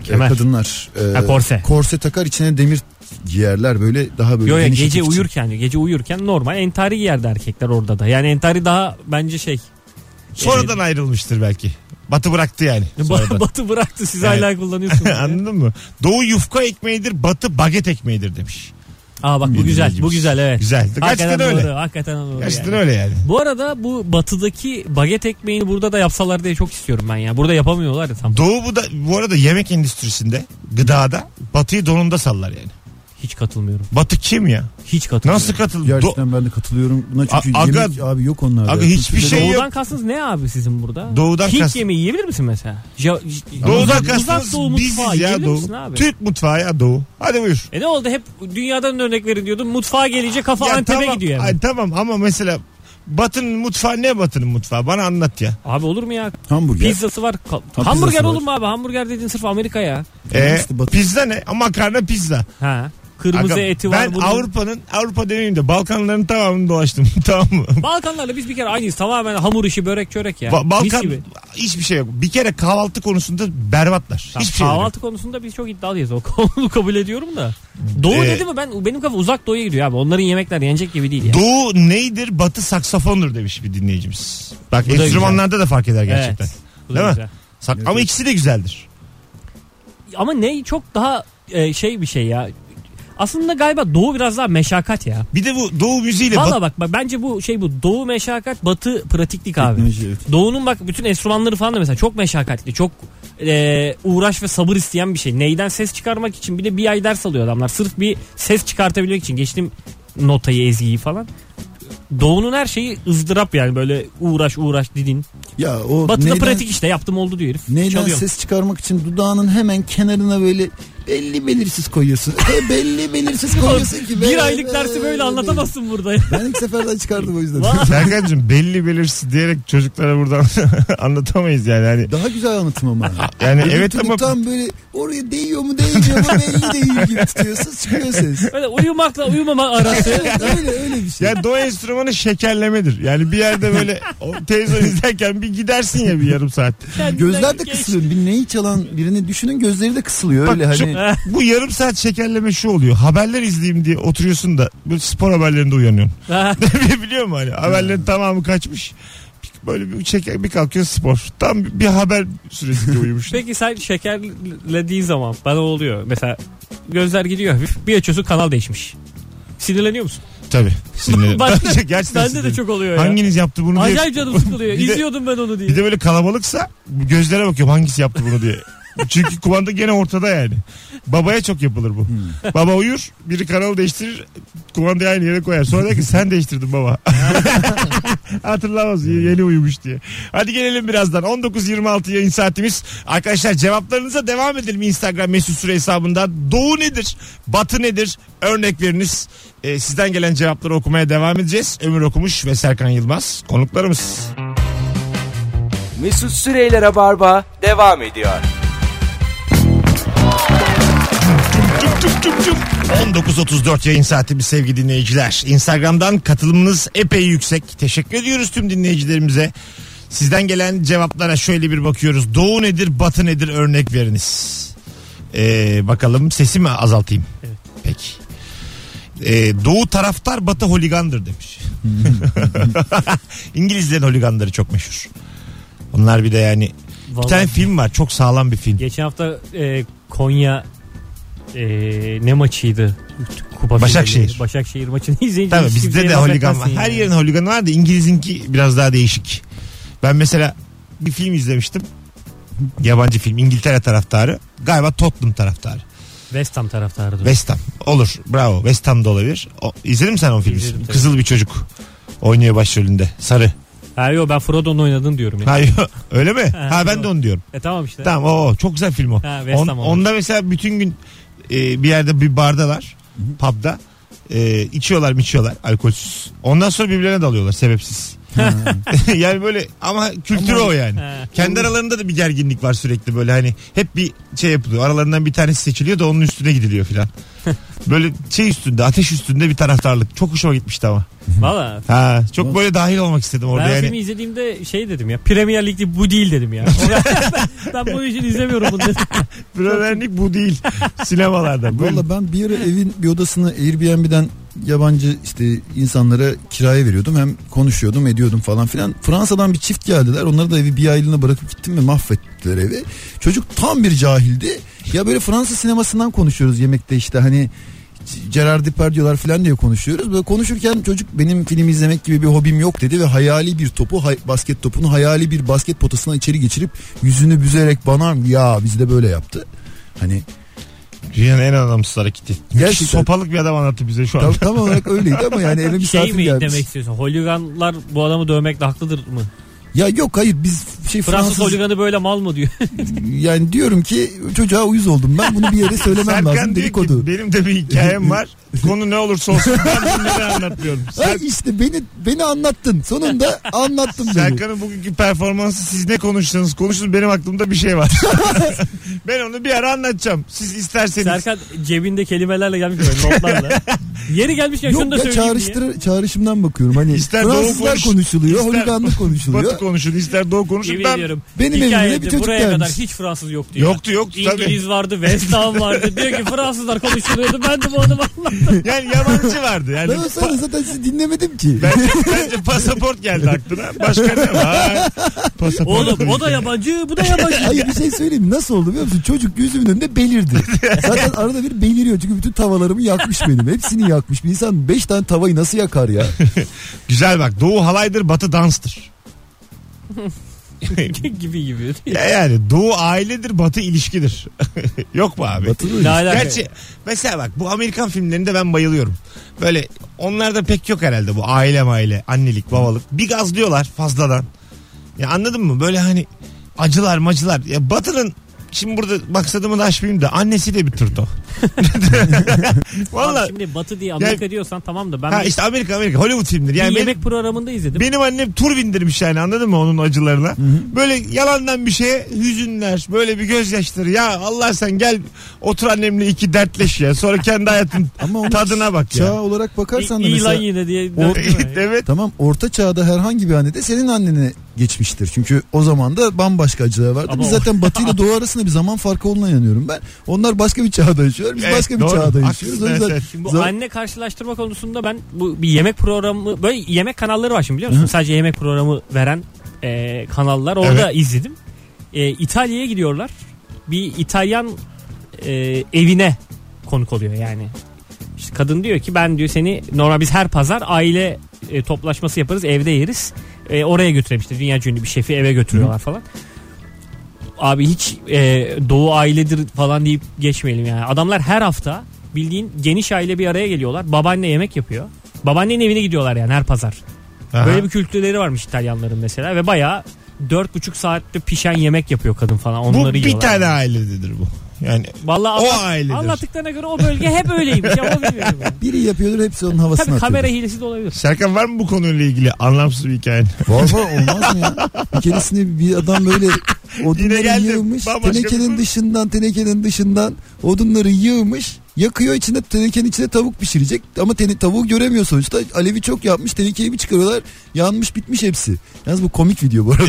Speaker 5: E,
Speaker 4: Kemer.
Speaker 5: kadınlar. e,
Speaker 4: Ha, korse.
Speaker 5: Korse takar içine demir giyerler böyle daha böyle
Speaker 4: Yo ya
Speaker 5: geniş
Speaker 4: gece
Speaker 5: etek için.
Speaker 4: uyurken gece uyurken normal entari giyerdi erkekler orada da. Yani entari daha bence şey.
Speaker 2: Sonradan ayrılmıştır belki. Batı bıraktı yani. Sonradan.
Speaker 4: Batı bıraktı siz
Speaker 2: Evet.
Speaker 4: hala kullanıyorsunuz. yani.
Speaker 2: Anladın mı? Doğu yufka ekmeğidir, batı baget ekmeğidir demiş.
Speaker 4: Aa bak bu güzel bu güzel evet.
Speaker 2: Güzel. Gerçekten
Speaker 4: Hakikaten
Speaker 2: öyle.
Speaker 4: doğru. Hakikaten doğru.
Speaker 2: Gerçekten
Speaker 4: yani.
Speaker 2: öyle yani.
Speaker 4: Bu arada bu batıdaki baget ekmeğini burada da yapsalar diye çok istiyorum ben ya. Burada yapamıyorlar ya tam.
Speaker 2: Doğu bu da bu arada yemek endüstrisinde, gıdada batıyı donunda sallar yani.
Speaker 4: Hiç katılmıyorum.
Speaker 2: Batı kim ya?
Speaker 4: Hiç katılmıyorum.
Speaker 2: Nasıl katıl? Do-
Speaker 5: Gerçekten ben de katılıyorum buna çünkü
Speaker 2: A- aga-
Speaker 5: yemek abi yok onlarda.
Speaker 2: Aga hiçbir
Speaker 5: Türkiye'de
Speaker 2: şey
Speaker 4: Doğudan
Speaker 2: yok.
Speaker 4: kastınız ne abi sizin burada?
Speaker 2: Doğudan
Speaker 4: Hint
Speaker 2: kast-
Speaker 4: yemeği yiyebilir misin mesela? Ja- j-
Speaker 2: Doğudan
Speaker 4: uzak- uzak doğu
Speaker 2: kastımız
Speaker 4: mutfağı
Speaker 2: biziz ya
Speaker 4: yiyebilir
Speaker 2: Doğu.
Speaker 4: misin abi?
Speaker 2: Türk mutfağı ya Doğu. Hadi buyur.
Speaker 4: E ne oldu hep dünyadan örnek verin diyordun. Mutfağa gelince kafa
Speaker 2: Ya
Speaker 4: Antep'e
Speaker 2: tamam,
Speaker 4: gidiyor
Speaker 2: ay
Speaker 4: yani.
Speaker 2: tamam ama mesela Batı'nın mutfağı ne Batı'nın mutfağı? Bana anlat ya.
Speaker 4: Abi olur mu ya?
Speaker 5: Hamburger.
Speaker 4: Pizzası var. Ka-
Speaker 5: Ha,
Speaker 4: hamburger
Speaker 5: pizzası
Speaker 4: olur mu abi? Hamburger dediğin sırf Amerika ya.
Speaker 2: Ee,
Speaker 5: E, işte Batı-
Speaker 2: pizza ne? Ama Makarna pizza.
Speaker 4: Ha. Kırmızı
Speaker 2: Aga,
Speaker 4: eti var.
Speaker 2: ben
Speaker 4: bunun-
Speaker 2: Avrupa'nın, Avrupa demeyeyim de Balkanların tamamını dolaştım. tamam mı?
Speaker 4: Balkanlarla biz bir kere aynıyız. Tamamen hamur işi, börek, çörek ya.
Speaker 2: Ba-
Speaker 4: Mis
Speaker 2: Balkan
Speaker 4: gibi.
Speaker 2: hiçbir şey yok. Bir kere kahvaltı konusunda berbatlar.
Speaker 4: Tamam,
Speaker 2: hiçbir şey yok.
Speaker 4: kahvaltı konusunda biz çok iddialıyız. O konu kabul ediyorum da. Doğu
Speaker 2: Ee,
Speaker 4: dedi mi ben benim kafa uzak doğuya gidiyor abi. Onların yemekler yenecek gibi değil ya.
Speaker 2: Doğu neydir? Batı saksafondur demiş bir dinleyicimiz. Bak
Speaker 4: da
Speaker 2: enstrümanlarda da fark eder gerçekten.
Speaker 4: Evet. Bu da
Speaker 2: Değil mi?
Speaker 4: güzel.
Speaker 2: Sak-
Speaker 5: Evet,
Speaker 2: Ama
Speaker 5: evet.
Speaker 2: ikisi de güzeldir.
Speaker 4: Ama ne çok daha e, şey bir şey ya. Aslında galiba doğu biraz daha meşakkat ya.
Speaker 2: Bir de bu Doğu müziğiyle Batı
Speaker 4: Valla bak, bak bence bu şey bu doğu meşakkat batı pratiklik abi.
Speaker 5: Teknoloji, evet.
Speaker 4: Doğu'nun bak bütün enstrümanları falan da mesela çok meşakkatli. Çok e, uğraş ve sabır isteyen bir şey. Neyden ses çıkarmak için bir de bir ay ders alıyor adamlar. Sırf bir ses çıkartabilmek için. Geçtim notayı ezgiyi falan. Doğu'nun her şeyi ızdırap yani böyle uğraş uğraş didin.
Speaker 5: Ya o
Speaker 4: Batı'da
Speaker 5: neyden-
Speaker 4: pratik işte yaptım oldu diyor herif.
Speaker 5: Neyden
Speaker 4: Çalıyorum.
Speaker 5: ses çıkarmak için dudağının hemen kenarına böyle belli belirsiz koyuyorsun. E, belli belirsiz koyuyorsun ki.
Speaker 4: Bir
Speaker 5: be-
Speaker 4: aylık
Speaker 5: be-
Speaker 4: dersi
Speaker 5: be-
Speaker 4: böyle anlatamazsın burada.
Speaker 5: Ben ilk seferden çıkardım o yüzden.
Speaker 4: Vay.
Speaker 2: Serkan'cığım belli belirsiz diyerek çocuklara buradan anlatamayız yani. Hani,
Speaker 5: Daha güzel anlatım ama.
Speaker 2: yani
Speaker 5: Öbür
Speaker 2: evet
Speaker 5: türlü
Speaker 2: ama
Speaker 5: Tam böyle oraya değiyor mu değmiyor mu belli değil gibi tutuyorsun çıkıyor ses.
Speaker 4: Böyle uyumakla uyumama arası.
Speaker 5: Evet, öyle öyle bir şey.
Speaker 2: ya do enstrümanı şekerlemedir. Yani bir yerde böyle o televizyon izlerken bir gidersin ya bir yarım saat.
Speaker 5: Gözler de
Speaker 4: Geç.
Speaker 5: kısılıyor. Bir neyi çalan birini düşünün gözleri de kısılıyor. Öyle
Speaker 2: Bak,
Speaker 5: hani.
Speaker 4: Eh,
Speaker 2: Bu yarım saat şekerleme şu oluyor. Haberler izleyeyim diye oturuyorsun da böyle spor haberlerinde uyanıyorsun.
Speaker 4: eh.
Speaker 2: Biliyor musun hani haberlerin tamamı kaçmış. Bir- Böyle bir çeker bir kalkıyorsun spor. Tam bir haber süresinde uyumuşsun.
Speaker 4: Peki sen şekerlediğin zaman bana oluyor. Mesela gözler gidiyor hafif. Bir açıyorsun kanal değişmiş. Sinirleniyor musun?
Speaker 2: Tabii. Sinirlerim.
Speaker 4: Bende-
Speaker 2: Gerçekten
Speaker 4: Bende de
Speaker 2: sinirlerim.
Speaker 4: çok oluyor ya.
Speaker 2: Hanginiz yaptı bunu diye.
Speaker 4: Acayip canım sıkılıyor.
Speaker 2: Bir de-
Speaker 4: İzliyordum ben onu diye.
Speaker 2: Bir de böyle kalabalıksa gözlere bakıyorum hangisi yaptı bunu diye. Çünkü kumanda gene ortada yani. Babaya çok yapılır bu. Baba uyur, biri kanalı değiştirir, kumandayı aynı yere koyar. Sonra der ki sen değiştirdin baba. Hatırlamaz y- yeni uyumuş diye. Hadi gelelim birazdan. 19.26 yayın saatimiz. Arkadaşlar cevaplarınıza devam edelim Instagram mesut süre hesabından. Doğu nedir? Batı nedir? Örnekleriniz. Ee, sizden gelen cevapları okumaya devam edeceğiz. Ömür Okumuş ve Serkan Yılmaz konuklarımız.
Speaker 1: Mesut Süreyler'e barba devam ediyor.
Speaker 2: Tüp tüp tüp tüp. 19.34 yayın saatimiz sevgili dinleyiciler. Instagram'dan katılımınız epey yüksek. Teşekkür ediyoruz tüm dinleyicilerimize. Sizden gelen cevaplara şöyle bir bakıyoruz. Doğu nedir, batı nedir örnek veriniz. Ee, bakalım sesimi azaltayım. Peki. Ee, doğu taraftar batı holigandır demiş. İngilizlerin holiganları çok meşhur. Onlar bir de yani bir
Speaker 4: Vallahi.
Speaker 2: tane film var çok sağlam bir film.
Speaker 4: Geçen hafta e, Konya e, ne maçıydı? Kupa
Speaker 2: Başakşehir.
Speaker 4: finali. Başakşehir maçını izleyince
Speaker 2: Tabii
Speaker 4: hiç
Speaker 2: bizde
Speaker 4: kimseye
Speaker 2: de
Speaker 4: laf
Speaker 2: holigan var.
Speaker 4: etmezsin
Speaker 2: Her
Speaker 4: yani.
Speaker 2: yerin holiganı var da İngiliz'inki biraz daha değişik. Ben mesela bir film izlemiştim. Yabancı film İngiltere taraftarı. Galiba Tottenham taraftarı.
Speaker 4: West Ham taraftarıdır.
Speaker 2: West Ham. Olur bravo West Ham da olabilir. O, izledin mi sen o filmi?
Speaker 4: İzledim tabii.
Speaker 2: Kızıl bir çocuk. Oynuyor başrolünde. Sarı.
Speaker 4: Ha yok ben Frodo'nun oynadığını diyorum ya.
Speaker 2: Hayır öyle mi?
Speaker 4: Ha,
Speaker 2: Ha ben
Speaker 4: doğru.
Speaker 2: de onu diyorum.
Speaker 4: E tamam işte.
Speaker 2: Tamam o o. çok güzel film o.
Speaker 4: Ha, West
Speaker 2: On-
Speaker 4: Ham olmuş.
Speaker 2: onda mesela bütün gün e, bir yerde bir bardalar. Pub'da. E, içiyorlar mı içiyorlar alkolsüz. Ondan sonra birbirlerine dalıyorlar sebepsiz. yani böyle ama kültür o yani.
Speaker 4: Ha.
Speaker 2: Kendi aralarında da bir gerginlik var sürekli böyle hani hep bir şey yapılıyor. Aralarından bir tanesi seçiliyor da onun üstüne gidiliyor filan. böyle şey üstünde ateş üstünde bir taraftarlık. Çok hoşuma gitmişti ama.
Speaker 4: Valla
Speaker 2: Ha, çok böyle dahil olmak istedim orada
Speaker 4: Ben o
Speaker 2: yani.
Speaker 4: filmi izlediğimde şey dedim ya. Premier Lig'de bu değil dedim ya. ben, ben bu işini izlemiyorum bunu dedim.
Speaker 2: Biraderlik bu değil. Sinemalarda. Böyle
Speaker 5: Valla ben bir ara evin bir odasını Airbnb'den yabancı işte insanlara kiraya veriyordum. Hem konuşuyordum ediyordum falan filan. Fransa'dan bir çift geldiler. Onları da evi bir aylığına bırakıp gittim ve mahvettiler evi. Çocuk tam bir cahildi. Ya böyle Fransa sinemasından konuşuyoruz yemekte işte hani Gerard Depardieu'lar falan diye konuşuyoruz. Böyle konuşurken çocuk benim film izlemek gibi bir hobim yok dedi ve hayali bir topu hay- basket topunu hayali bir basket potasına içeri geçirip yüzünü büzerek bana ya bizde böyle yaptı. Hani
Speaker 2: Dünyanın en anlamsız hareketi. Müthiş
Speaker 5: Gerçekten.
Speaker 2: sopalık bir adam anlattı bize şu an.
Speaker 5: Tam, tam olarak öyleydi ama yani eve misafir
Speaker 4: Şey mi
Speaker 5: gelmiş.
Speaker 4: demek istiyorsun? Holiganlar bu adamı dövmekle haklıdır mı?
Speaker 5: Ya yok hayır biz şey
Speaker 4: Fransız
Speaker 5: Fransız,
Speaker 4: holiganı böyle mal mı diyor.
Speaker 5: yani diyorum ki çocuğa uyuz oldum ben bunu bir yere söylemem lazım
Speaker 2: Serkan diyor
Speaker 5: dedikodu.
Speaker 2: ki benim de bir hikayem var. Konu ne olursa olsun ben bunları anlatmıyorum.
Speaker 5: Ha
Speaker 2: Ser-
Speaker 5: işte beni beni anlattın. Sonunda anlattın beni.
Speaker 2: Serkan'ın bugünkü performansı siz ne konuştunuz konuşun benim aklımda bir şey var. ben onu bir ara anlatacağım. Siz isterseniz.
Speaker 4: Serkan cebinde kelimelerle gelmiş böyle notlarla. Yeri gelmişken şunu
Speaker 5: Yok
Speaker 4: da
Speaker 5: ya
Speaker 4: söyleyeyim diye.
Speaker 5: çağrıştır, çağrışımdan bakıyorum. Hani
Speaker 2: İster doğu
Speaker 5: Fransızlar
Speaker 2: konuş-
Speaker 5: konuşuluyor,
Speaker 2: ister-
Speaker 5: holiganlık konuşuluyor.
Speaker 2: Batı konuşun ister doğu konuşun.
Speaker 4: Yemin
Speaker 2: ben
Speaker 4: ediyorum.
Speaker 5: Benim evimde
Speaker 4: hikayede
Speaker 5: bir çocuk
Speaker 4: buraya
Speaker 5: gelmiş.
Speaker 4: kadar hiç Fransız yoktu. ya.
Speaker 2: Yoktu yoktu tabii.
Speaker 4: İngiliz vardı, West Ham vardı. Diyor ki Fransızlar konuşuyordu. Ben de bu adamı anlattım.
Speaker 2: Yani yabancı vardı. Yani
Speaker 5: Ben o sırada zaten sizi dinlemedim ki.
Speaker 2: Bence, bence pasaport geldi aklına. Başka ne var? Pasaport.
Speaker 4: Oğlum o da yabancı, bu da yabancı.
Speaker 5: Hayır bir şey söyleyeyim mi? nasıl oldu biliyor musun? Çocuk gözümün önünde belirdi. Zaten arada bir beliriyor çünkü bütün tavalarımı yakmış benim. Hepsini yakmış. Bir insan 5 tane tavayı nasıl yakar ya?
Speaker 2: Güzel bak. Doğu halaydır, batı danstır.
Speaker 4: gibi gibi.
Speaker 2: Ya yani doğu ailedir, batı ilişkidir. Yok mu abi?
Speaker 5: Batı
Speaker 4: Ne
Speaker 5: mı?
Speaker 4: alaka?
Speaker 2: Gerçi mesela bak bu Amerikan filmlerinde ben bayılıyorum. Böyle onlarda pek yok herhalde bu aile maile, annelik, babalık. Bir gazlıyorlar fazladan. Ya anladın mı? Böyle hani acılar macılar. Ya Batı'nın şimdi burada maksadımı da aşmayayım da annesi de bir turto.
Speaker 4: Abi
Speaker 2: Valla
Speaker 4: Şimdi Batı diye Amerika diyorsan tamam da ben
Speaker 2: ha
Speaker 4: bir,
Speaker 2: işte Amerika Amerika Hollywood filmleri.
Speaker 4: bir
Speaker 2: Yani benim,
Speaker 4: yemek programında izledim.
Speaker 2: benim annem tur bindirmiş yani anladın mı onun acılarına. Böyle yalandan bir şeye hüzünler böyle bir gözyaşları. Ya Allah sen gel otur annemle iki dertleş ya sonra kendi hayatın
Speaker 5: Ama onun
Speaker 2: tadına bak ya.
Speaker 5: Çağ olarak bakarsan da
Speaker 4: İyi lan
Speaker 5: mesela
Speaker 4: yine diye.
Speaker 5: O-
Speaker 2: evet.
Speaker 5: Tamam orta çağda herhangi bir annede senin annene geçmiştir. Çünkü o zaman da bambaşka acılar vardı.
Speaker 4: Ama
Speaker 5: biz
Speaker 4: o-
Speaker 5: zaten batı ile doğu arasında bir zaman farkı olduğuna inanıyorum ben. Onlar başka bir çağda yaşıyor. Biz
Speaker 2: Evet,
Speaker 5: başka bir
Speaker 2: doğru.
Speaker 5: çağda yaşıyoruz.
Speaker 2: Haklısın,
Speaker 5: O yüzden
Speaker 2: evet,
Speaker 4: Şimdi bu
Speaker 5: za-
Speaker 4: anne karşılaştırma konusunda ben bu bir yemek programı böyle yemek kanalları var şimdi biliyor musun? Sadece yemek programı veren e, kanallar orada izledim. E, İtalya'ya gidiyorlar. Bir İtalyan e, evine konuk oluyor yani. İşte kadın diyor ki ben diyor seni normal biz her pazar aile e, toplaşması yaparız evde yeriz. E, oraya götüremiştir. Dünya ünlü bir şefi eve götürüyorlar falan. Abi hiç e, doğu ailedir falan deyip geçmeyelim yani. Adamlar her hafta bildiğin geniş aile bir araya geliyorlar. Babaanne yemek yapıyor. Babaannenin evine gidiyorlar yani her pazar.
Speaker 2: Aha.
Speaker 4: Böyle bir kültürleri varmış İtalyanların mesela ve bayağı dört buçuk saatte pişen yemek yapıyor kadın falan. Onları
Speaker 2: bu bir
Speaker 4: yiyorlar.
Speaker 2: tane ailedir bu. Yani
Speaker 4: Vallahi
Speaker 2: O
Speaker 4: anlat-
Speaker 2: ailedir.
Speaker 4: Anlattıklarına göre o bölge hep öyleymiş ama bilmiyorum. yani.
Speaker 5: biri yapıyordur hepsi onun havasını
Speaker 4: Tabii
Speaker 5: atıyor.
Speaker 4: kamera hilesi de olabilir.
Speaker 2: Serkan var mı bu konuyla ilgili anlamsız bir hikayen?
Speaker 5: Var var olmaz mı ya? Bir keresinde bir adam böyle odunları
Speaker 2: geldim.
Speaker 5: yığmış.
Speaker 2: Bambaşka bir konu.
Speaker 5: Tenekenin dışından tenekenin dışından odunları yığmış. Yakıyor içinde tenekenin içinde tavuk pişirecek. Ama teni, tavuğu göremiyor sonuçta. Alevi çok yapmış. Tenekeyi bir çıkarıyorlar. Yanmış bitmiş hepsi. Yalnız bu komik video bu arada.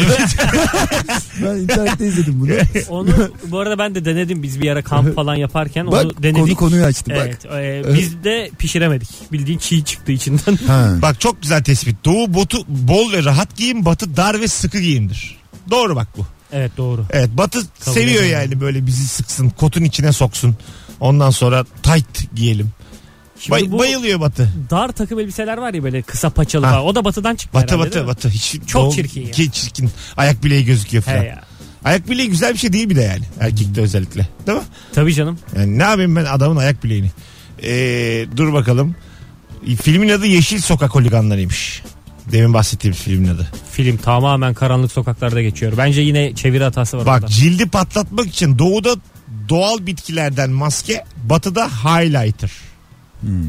Speaker 5: ben internette izledim bunu.
Speaker 4: Onu bu arada ben de denedim biz bir ara kamp falan yaparken onu
Speaker 5: bak
Speaker 4: denedik.
Speaker 5: konu konuyu açtı bak.
Speaker 4: Evet, e, biz de pişiremedik. Bildiğin çiğ çıktı içinden.
Speaker 5: Ha.
Speaker 2: Bak çok güzel tespit. Doğu botu bol ve rahat giyim, batı dar ve sıkı giyimdir. Doğru bak bu.
Speaker 4: evet doğru.
Speaker 2: Evet batı
Speaker 4: Kabul
Speaker 2: seviyor
Speaker 4: ediyorum.
Speaker 2: yani böyle bizi sıksın, kotun içine soksun. Ondan sonra tight giyelim.
Speaker 4: Şimdi
Speaker 2: Bay-
Speaker 4: bu
Speaker 2: Bayılıyor batı.
Speaker 4: dar takım elbiseler var ya böyle kısa paçalı
Speaker 2: Ha.
Speaker 4: falan. O da batıdan çıktı
Speaker 2: Batı
Speaker 4: herhalde, değil
Speaker 2: batı batı.
Speaker 4: mi?
Speaker 2: Hiç,
Speaker 4: Çok
Speaker 2: Doğu-
Speaker 4: çirkin ya.
Speaker 2: Ki- çirkin. Ayak bileği gözüküyor falan.
Speaker 4: He ya.
Speaker 2: Ayak bileği güzel bir şey değil bir de yani. Erkekte özellikle. Değil mi?
Speaker 4: Tabii canım.
Speaker 2: Yani ne yapayım ben adamın ayak bileğini. Ee, dur bakalım. E, Filmin adı Yeşil Sokak Holiganlarıymış. Demin bahsettiğim filmin adı.
Speaker 4: Film tamamen karanlık sokaklarda geçiyor. Bence yine çeviri hatası var. orada.
Speaker 2: Bak cildi patlatmak için doğuda doğal bitkilerden maske, batıda highlighter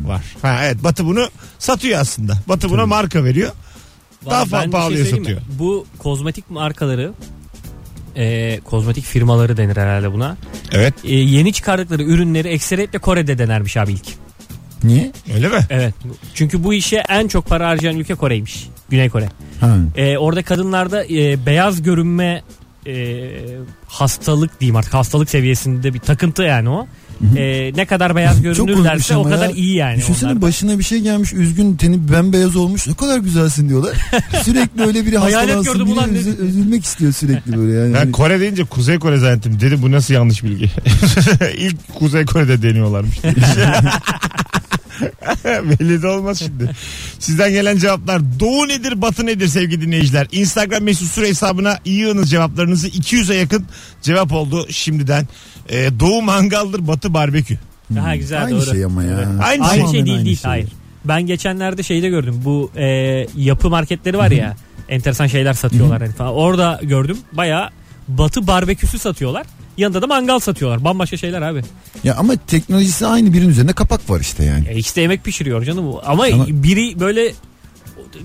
Speaker 2: var. Ha evet batı bunu satıyor aslında. Batı buna marka veriyor.
Speaker 4: Vallahi
Speaker 2: daha fa-
Speaker 4: ben bir şey
Speaker 2: pahalıya
Speaker 4: söyleyeyim mi? Bu kozmetik markaları e, kozmetik firmaları denir herhalde buna.
Speaker 2: Evet.
Speaker 4: E, yeni çıkardıkları ürünleri ekseriyetle Kore'de denermiş abi ilk.
Speaker 5: Niye?
Speaker 2: Öyle mi?
Speaker 4: Evet. Çünkü bu işe en çok para harcayan ülke Kore'ymiş. Güney Kore.
Speaker 5: Ha.
Speaker 4: E, orada kadınlarda e, beyaz görünme e, hastalık diyeyim artık hastalık seviyesinde bir takıntı yani o. E, ne kadar beyaz
Speaker 5: korkmuş
Speaker 4: görünürlerse
Speaker 5: ama
Speaker 4: o kadar
Speaker 5: ya.
Speaker 4: iyi yani.
Speaker 5: Düşünsene
Speaker 4: Hani onlar.
Speaker 5: başına bir şey gelmiş üzgün teni bembeyaz olmuş ne kadar güzelsin diyorlar. sürekli öyle biri
Speaker 4: Hayalet
Speaker 5: hastalansın
Speaker 4: gördüm
Speaker 5: biri
Speaker 4: ulan ne-
Speaker 5: üzü- üzülmek istiyor sürekli böyle yani. Hani
Speaker 2: Ben Kore deyince Kuzey Kore zannettim. Dedim bu nasıl yanlış bilgi. İlk Kuzey Kore'de deniyorlarmış. Belli de olmaz şimdi. Sizden gelen cevaplar doğu nedir batı nedir sevgili dinleyiciler. Instagram mesut süre hesabına yığınız cevaplarınızı 200'e yakın cevap oldu şimdiden. Ee, doğu mangaldır batı barbekü.
Speaker 4: Daha güzel
Speaker 5: Aynı
Speaker 4: doğru.
Speaker 5: şey ama ya.
Speaker 4: Evet.
Speaker 2: Aynı
Speaker 4: Aynı,
Speaker 2: şey.
Speaker 4: şey
Speaker 5: Tamamen
Speaker 4: değil
Speaker 5: aynı
Speaker 4: değil
Speaker 5: şey.
Speaker 4: hayır. Ben geçenlerde şeyde gördüm bu e, yapı marketleri var ya enteresan şeyler satıyorlar hani falan. Orada gördüm baya batı barbeküsü satıyorlar. Yanında da mangal satıyorlar. Bambaşka şeyler abi.
Speaker 5: Ya ama teknolojisi aynı birinin üzerine kapak var işte yani.
Speaker 4: Ya E, ikisi de yemek pişiriyor canım. Ama,
Speaker 5: Ama-
Speaker 4: biri böyle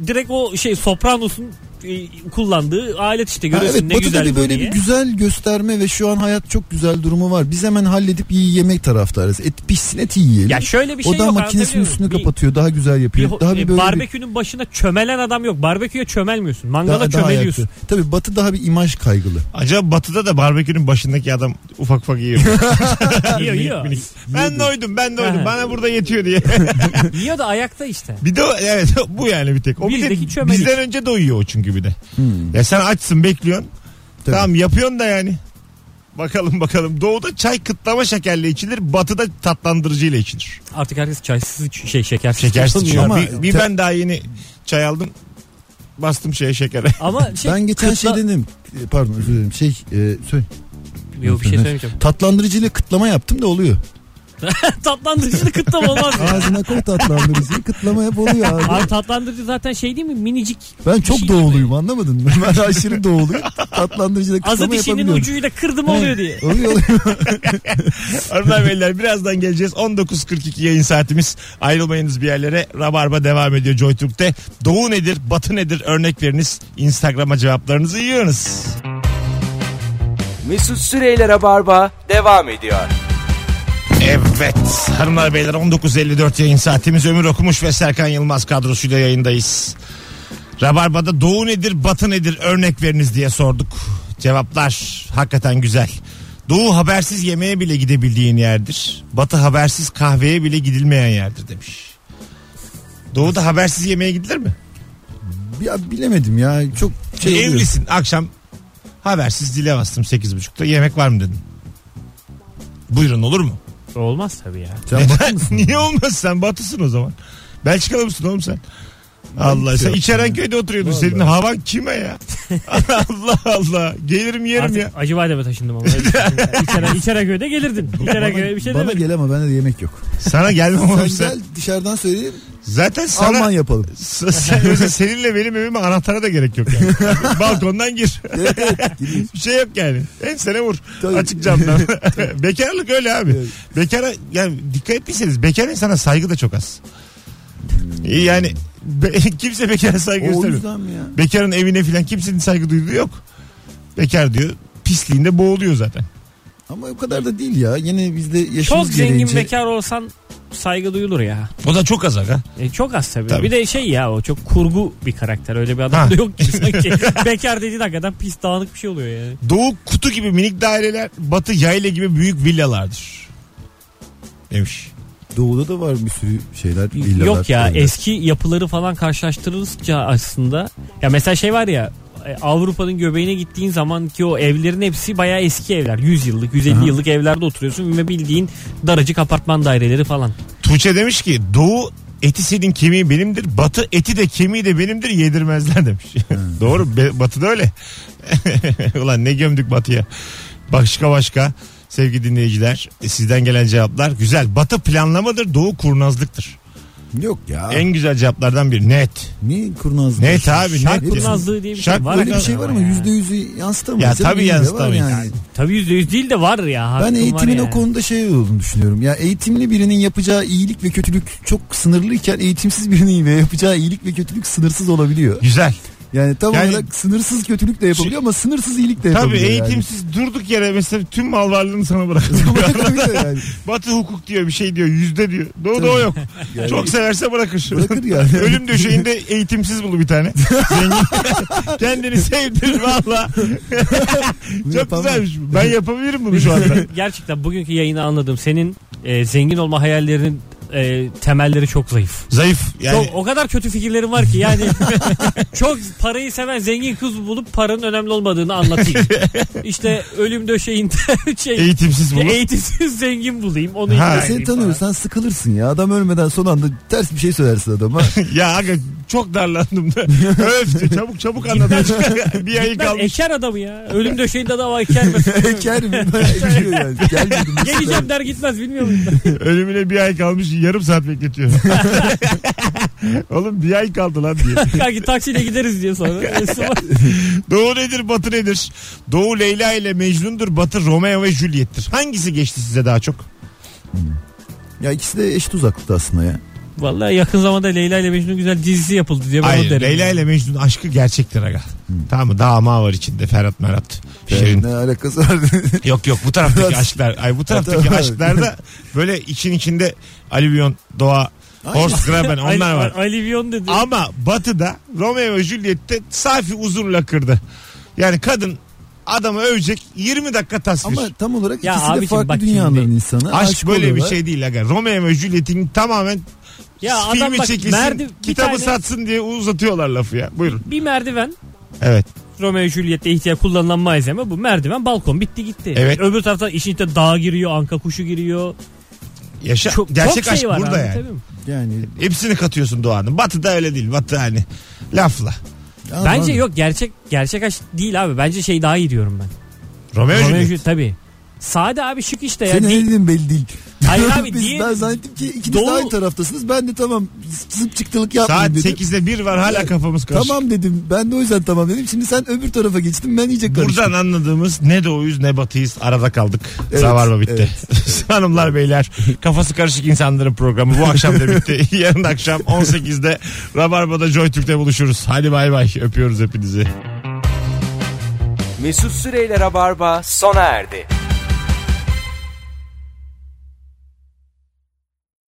Speaker 4: direkt o şey sopranosun e, kullandığı alet işte
Speaker 5: Ha,
Speaker 4: görüyorsun
Speaker 5: evet
Speaker 4: ne
Speaker 5: Batı'da
Speaker 4: güzel
Speaker 5: bir
Speaker 4: bu
Speaker 5: böyle
Speaker 4: diye.
Speaker 5: bir güzel gösterme ve şu an hayat çok güzel durumu var. Biz hemen halledip iyi yemek taraftarız. Et pişsin eti yiyelim.
Speaker 4: Ya şöyle bir şey
Speaker 5: o da
Speaker 4: yok
Speaker 5: makinesinin
Speaker 4: anlatabiliyor
Speaker 5: üstünü
Speaker 4: muyum? Bir-
Speaker 5: kapatıyor daha güzel yapıyor.
Speaker 4: Bir,
Speaker 5: daha
Speaker 4: e,
Speaker 5: bir böyle bir-
Speaker 4: barbekünün başına çömelen adam yok. Barbeküye çömelmiyorsun. Mangala
Speaker 5: daha, daha
Speaker 4: çömeliyorsun.
Speaker 5: ayakta. Tabii Batı daha bir imaj kaygılı.
Speaker 2: Acaba batıda da barbekünün başındaki adam ufak ufak yiyor.
Speaker 4: yiyor yiyor.
Speaker 2: ben doydum ben doydum
Speaker 4: Ha.
Speaker 2: bana burada yetiyor diye.
Speaker 4: yiyor da ayakta işte.
Speaker 2: Bir de o- evet bu yani bir tek. O bir de
Speaker 4: Bizdeki çömelik.
Speaker 2: bizden önce doyuyor o çünkü bir de.
Speaker 5: Hmm.
Speaker 2: Ya sen açsın bekliyorsun.
Speaker 5: Tabii.
Speaker 2: Tamam yapıyorsun da yani. Bakalım bakalım. Doğuda çay kıtlama şekerle içilir. Batıda tatlandırıcıyla içilir.
Speaker 4: Artık herkes çaysız iç- şey şekersiz.
Speaker 2: Şekersiz içiyor.
Speaker 4: içiyor.
Speaker 2: bir,
Speaker 5: ama-
Speaker 2: bir ben daha yeni çay aldım. Bastım şeye şekere.
Speaker 4: Ama şey,
Speaker 5: ben geçen şey
Speaker 4: kıtla-
Speaker 5: dedim. e, Pardon özür dilerim. Şey e, söyle.
Speaker 4: Yok bir şey söylemeyeceğim.
Speaker 5: Tatlandırıcıyla kıtlama yaptım da oluyor.
Speaker 4: tatlandırıcı kıtlam olmaz. ya.
Speaker 5: Ağzına koy tatlandırıcıyı kıtlama hep oluyor abi.
Speaker 4: Abi tatlandırıcı zaten şey değil mi? Minicik.
Speaker 5: Ben
Speaker 4: bir
Speaker 5: çok
Speaker 4: şey
Speaker 5: doğuluyum anlamadın mı? Ben aşırı doğuluyum. Tatlandırıcıyla kıtlama
Speaker 4: Azı dişinin
Speaker 5: yapabiliyorum.
Speaker 4: ucuyla kırdım oluyor diye.
Speaker 5: Oluyor oluyor.
Speaker 2: Hanımlar beyler birazdan geleceğiz. 19.42 yayın saatimiz. Ayrılmayınız bir yerlere. Rabarba devam ediyor JoyTürk'te. Doğu nedir, batı nedir örnek veriniz. Instagram'a cevaplarınızı yığınız.
Speaker 1: Mesut Süreyler'e barba devam ediyor.
Speaker 2: Evet hanımlar beyler 19.54 yayın saatimiz Ömür Okumuş ve Serkan Yılmaz kadrosuyla yayındayız. Rabarba'da doğu nedir batı nedir örnek veriniz diye sorduk. Cevaplar hakikaten güzel. Doğu habersiz yemeğe bile gidebildiğin yerdir. Batı habersiz kahveye bile gidilmeyen yerdir demiş. Doğu'da habersiz yemeğe gidilir mi?
Speaker 5: ya bilemedim ya. Çok şey oluyor.
Speaker 2: Evlisin akşam habersiz dile bastım 8.30'da yemek var mı dedim. Buyurun olur mu?
Speaker 4: Olmaz tabii ya.
Speaker 5: Sen
Speaker 2: Neden?
Speaker 5: bakar mısın?
Speaker 2: Niye olmaz sen batısın o zaman. Belçikalı mısın oğlum sen? Allah sen içeren köyde oturuyordun
Speaker 5: Vallahi.
Speaker 2: senin havan kime ya? Allah Allah. Gelirim yerim
Speaker 4: Artık
Speaker 2: ya.
Speaker 4: acı bademe taşındım ama. İçere, İçeraköy'de gelirdin. İçeraköy'e bir şey
Speaker 5: Bana
Speaker 4: demedim.
Speaker 5: gel ama bende de yemek yok.
Speaker 2: Sana gelmem
Speaker 5: Sen
Speaker 2: oğlum sen.
Speaker 5: gel dışarıdan söyleyeyim.
Speaker 2: Zaten sana
Speaker 5: Alman yapalım.
Speaker 2: S- sen- mesela seninle benim evime anahtara da gerek yok yani. Balkondan gir.
Speaker 5: Evet evet. Gidiyoruz.
Speaker 2: Bir şey yok yani. En sene vur.
Speaker 5: Tabii.
Speaker 2: Açık camdan. Bekarlık öyle abi. Bekara yani dikkat ettiyseniz bekar insana saygı da çok az. Yani be- kimse bekara saygı
Speaker 5: O
Speaker 2: göstermiyor.
Speaker 5: yüzden mi ya?
Speaker 2: Bekarın evine filan kimsenin saygı duyduğu yok. Bekar diyor. Pisliğinde boğuluyor zaten.
Speaker 5: Ama o kadar da değil ya. Yine bizde yaşımız
Speaker 4: Çok zengin
Speaker 5: gereğince-
Speaker 4: bekar olsan saygı duyulur ya.
Speaker 2: O da çok az aga.
Speaker 4: E, çok az tabii.
Speaker 2: Tabii.
Speaker 4: Bir de şey ya o çok kurgu bir karakter. Öyle bir adam
Speaker 2: Ha.
Speaker 4: da yok ki sanki. Bekar dediğin hakikaten pis dağınık bir şey oluyor yani.
Speaker 2: Doğu kutu gibi minik daireler, batı yayla gibi büyük villalardır. Demiş.
Speaker 5: Doğuda da var bir sürü şeyler. villalar,
Speaker 4: Yok ya
Speaker 5: evler.
Speaker 4: eski yapıları falan karşılaştırılırsa aslında. Ya mesela şey var ya e, Avrupa'nın göbeğine gittiğin zaman ki o evlerin hepsi bayağı eski evler. 100 yıllık, 150
Speaker 5: Aha.
Speaker 4: yıllık evlerde oturuyorsun ve bildiğin daracık apartman daireleri falan.
Speaker 2: Tuğçe demiş ki Doğu eti senin kemiği benimdir. Batı eti de kemiği de benimdir yedirmezler demiş. Doğru be- batı da öyle. Ulan ne gömdük batıya. Başka başka sevgili dinleyiciler e, sizden gelen cevaplar güzel. Batı planlamadır doğu kurnazlıktır.
Speaker 5: Yok ya.
Speaker 2: En güzel cevaplardan biri net.
Speaker 5: Ne kurnazlık?
Speaker 2: Net abi, net.
Speaker 5: Şark
Speaker 2: Hepsi-
Speaker 4: Kurnazlığı diye bir
Speaker 2: Şak-
Speaker 4: şey var.
Speaker 5: Öyle bir
Speaker 4: hakikaten
Speaker 5: şey var ama
Speaker 4: ya.
Speaker 5: yüzde yüzü yansıtamıyor.
Speaker 2: Ya
Speaker 5: Canım,
Speaker 2: tabii
Speaker 5: yine de var
Speaker 2: yansıtamıyor.
Speaker 4: Tabii yüzde yüz değil de var ya. hakkın
Speaker 5: Ben
Speaker 4: var
Speaker 5: eğitimin
Speaker 4: yani.
Speaker 5: o konuda şey olduğunu düşünüyorum. Ya eğitimli birinin yapacağı iyilik ve kötülük çok sınırlıyken eğitimsiz birinin ve yapacağı iyilik ve kötülük sınırsız olabiliyor.
Speaker 2: Güzel.
Speaker 5: Yani tam
Speaker 2: Yani-
Speaker 5: olarak sınırsız kötülük de yapabiliyor ama sınırsız iyilik
Speaker 2: Tabii
Speaker 5: de yapabiliyor.
Speaker 2: eğitimsiz durduk yere mesela tüm mal varlığını sana bırakıyor.
Speaker 5: yani. Bırakabiliyor yani.
Speaker 2: Batı hukuk diyor bir şey diyor yüzde diyor. Doğu
Speaker 5: Tabii.
Speaker 2: doğu yok.
Speaker 5: Yani-
Speaker 2: Çok severse bırakır.
Speaker 5: Bırakır yani.
Speaker 2: Ölüm döşeğinde eğitimsiz bulu bir tane. Zengin. Kendini sevdir valla. Çok
Speaker 5: Yapamam.
Speaker 2: güzelmiş. bu. Ben yapabilirim bunu şu anda.
Speaker 4: Gerçekten bugünkü yayını anladım. Senin e, zengin olma hayallerinin e, temelleri çok zayıf.
Speaker 2: Zayıf. Yani
Speaker 4: Çok, o kadar kötü fikirlerim var ki yani çok parayı seven zengin kız bulup paranın önemli olmadığını anlatayım. işte ölüm döşeğinde şey
Speaker 2: eğitimsiz bulup.
Speaker 4: eğitimsiz zengin bulayım onu
Speaker 2: Ha.
Speaker 4: ikna
Speaker 2: Ya
Speaker 5: Ya seni
Speaker 4: edeyim
Speaker 5: tanıyoruz sen sıkılırsın ya. Adam ölmeden son anda ters bir şey söylersin adama.
Speaker 2: ya aga çok darlandım da. Öf çabuk çabuk anlat. bir ayı
Speaker 4: falan. Ben
Speaker 2: kalmış.
Speaker 4: eker adamı ya. Ölüm döşeğinde de ama eker mi?
Speaker 5: Eker mi? Ekiyor şey yani. Gelmedim.
Speaker 4: Geleceğim der gitmez bilmiyor muyum?
Speaker 2: Ölümüne bir ay kalmış yarım saat bekletiyor. Oğlum bir ay kaldı lan diye.
Speaker 4: Kanki taksiyle gideriz diye sonra.
Speaker 2: Doğu nedir batı nedir? Doğu Leyla ile Mecnun'dur batı Romeo ve Juliet'tir. Hangisi geçti size daha çok?
Speaker 5: Ya ikisi de eşit uzaklıkta aslında ya.
Speaker 4: Vallahi yakın zamanda Leyla ile Mecnun güzel dizisi yapıldı diye ben onu
Speaker 2: Hayır
Speaker 4: derim.
Speaker 2: Leyla ile Mecnun aşkı gerçektir aga. Tamam mı? Daha ama var içinde Hmm. Ferhat Merat. Şirin.
Speaker 5: Ne alakası var?
Speaker 2: Yok yok bu taraftaki
Speaker 5: Ferhat.
Speaker 2: aşklar. Ay bu taraftaki
Speaker 5: Ferhat.
Speaker 2: aşklarda böyle için içinde alüvyon, doğa, Horst Graben onlar var.
Speaker 4: Ali Vion dedi.
Speaker 2: Ama batıda Romeo ve Juliet'te safi uzunla kırdı. Yani kadın adamı övecek 20 dakika tasvir.
Speaker 5: Ama tam olarak
Speaker 4: Ya
Speaker 5: ikisi de
Speaker 4: abicim bak
Speaker 5: farklı
Speaker 4: şimdi-
Speaker 5: dünyaların insanı.
Speaker 2: Aşk, böyle
Speaker 5: oluyorlar.
Speaker 2: bir şey değil aga. Romeo ve Juliet'in tamamen
Speaker 4: ya
Speaker 2: filmi
Speaker 4: adam bak
Speaker 2: çekilsin,
Speaker 4: merdi, bir
Speaker 2: kitabı
Speaker 4: tane-
Speaker 2: satsın diye uzatıyorlar lafı ya. Buyurun.
Speaker 4: Bir merdiven
Speaker 2: Evet.
Speaker 4: Romeo ve Juliet'te ihtiyaç kullanılan malzeme bu. Merdiven balkon bitti gitti.
Speaker 2: Evet.
Speaker 4: Öbür taraftan işin içine dağ giriyor, anka kuşu giriyor.
Speaker 2: Yaşa.
Speaker 4: Çok,
Speaker 2: Gerçek
Speaker 4: çok şey
Speaker 2: aşk
Speaker 4: var
Speaker 2: burada
Speaker 4: abi,
Speaker 2: yani.
Speaker 4: tabii mi?
Speaker 5: Yani.
Speaker 2: Hepsini katıyorsun doğanın. Batı'da öyle değil. Batı hani lafla.
Speaker 5: Ya
Speaker 4: Bence
Speaker 5: abi,
Speaker 4: yok gerçek gerçek aşk değil abi. Bence şey daha iyi diyorum ben.
Speaker 2: Romeo,
Speaker 4: Romeo
Speaker 2: Juliet.
Speaker 4: ve Juliet tabii. Sade abi şık işte ya.
Speaker 5: Senin ne
Speaker 4: Değil-
Speaker 5: dediğin belli değil.
Speaker 4: Hayır abi,
Speaker 5: Biz-
Speaker 4: diye-
Speaker 5: Ben zannettim ki ikiniz
Speaker 4: Doğu-
Speaker 5: de aynı taraftasınız. Ben de tamam zıp çıktılık yapmayayım
Speaker 2: Saat
Speaker 5: dedim.
Speaker 2: 8'de 1 var hala
Speaker 5: Ya,
Speaker 2: kafamız karışık.
Speaker 5: Tamam dedim. Ben de o yüzden tamam dedim. Şimdi sen öbür tarafa geçtin. Ben iyice karıştım.
Speaker 2: Buradan anladığımız ne doğuyuz ne batıyız arada kaldık.
Speaker 5: Evet,
Speaker 2: Rabarba bitti. Hanımlar beyler kafası karışık insanların programı bu akşam da bitti. Yarın akşam 18'de Rabarba'da Joy Türk'te buluşuruz. Hadi bay bay öpüyoruz hepinizi.
Speaker 1: Mesut Süreyler'e barba sona erdi.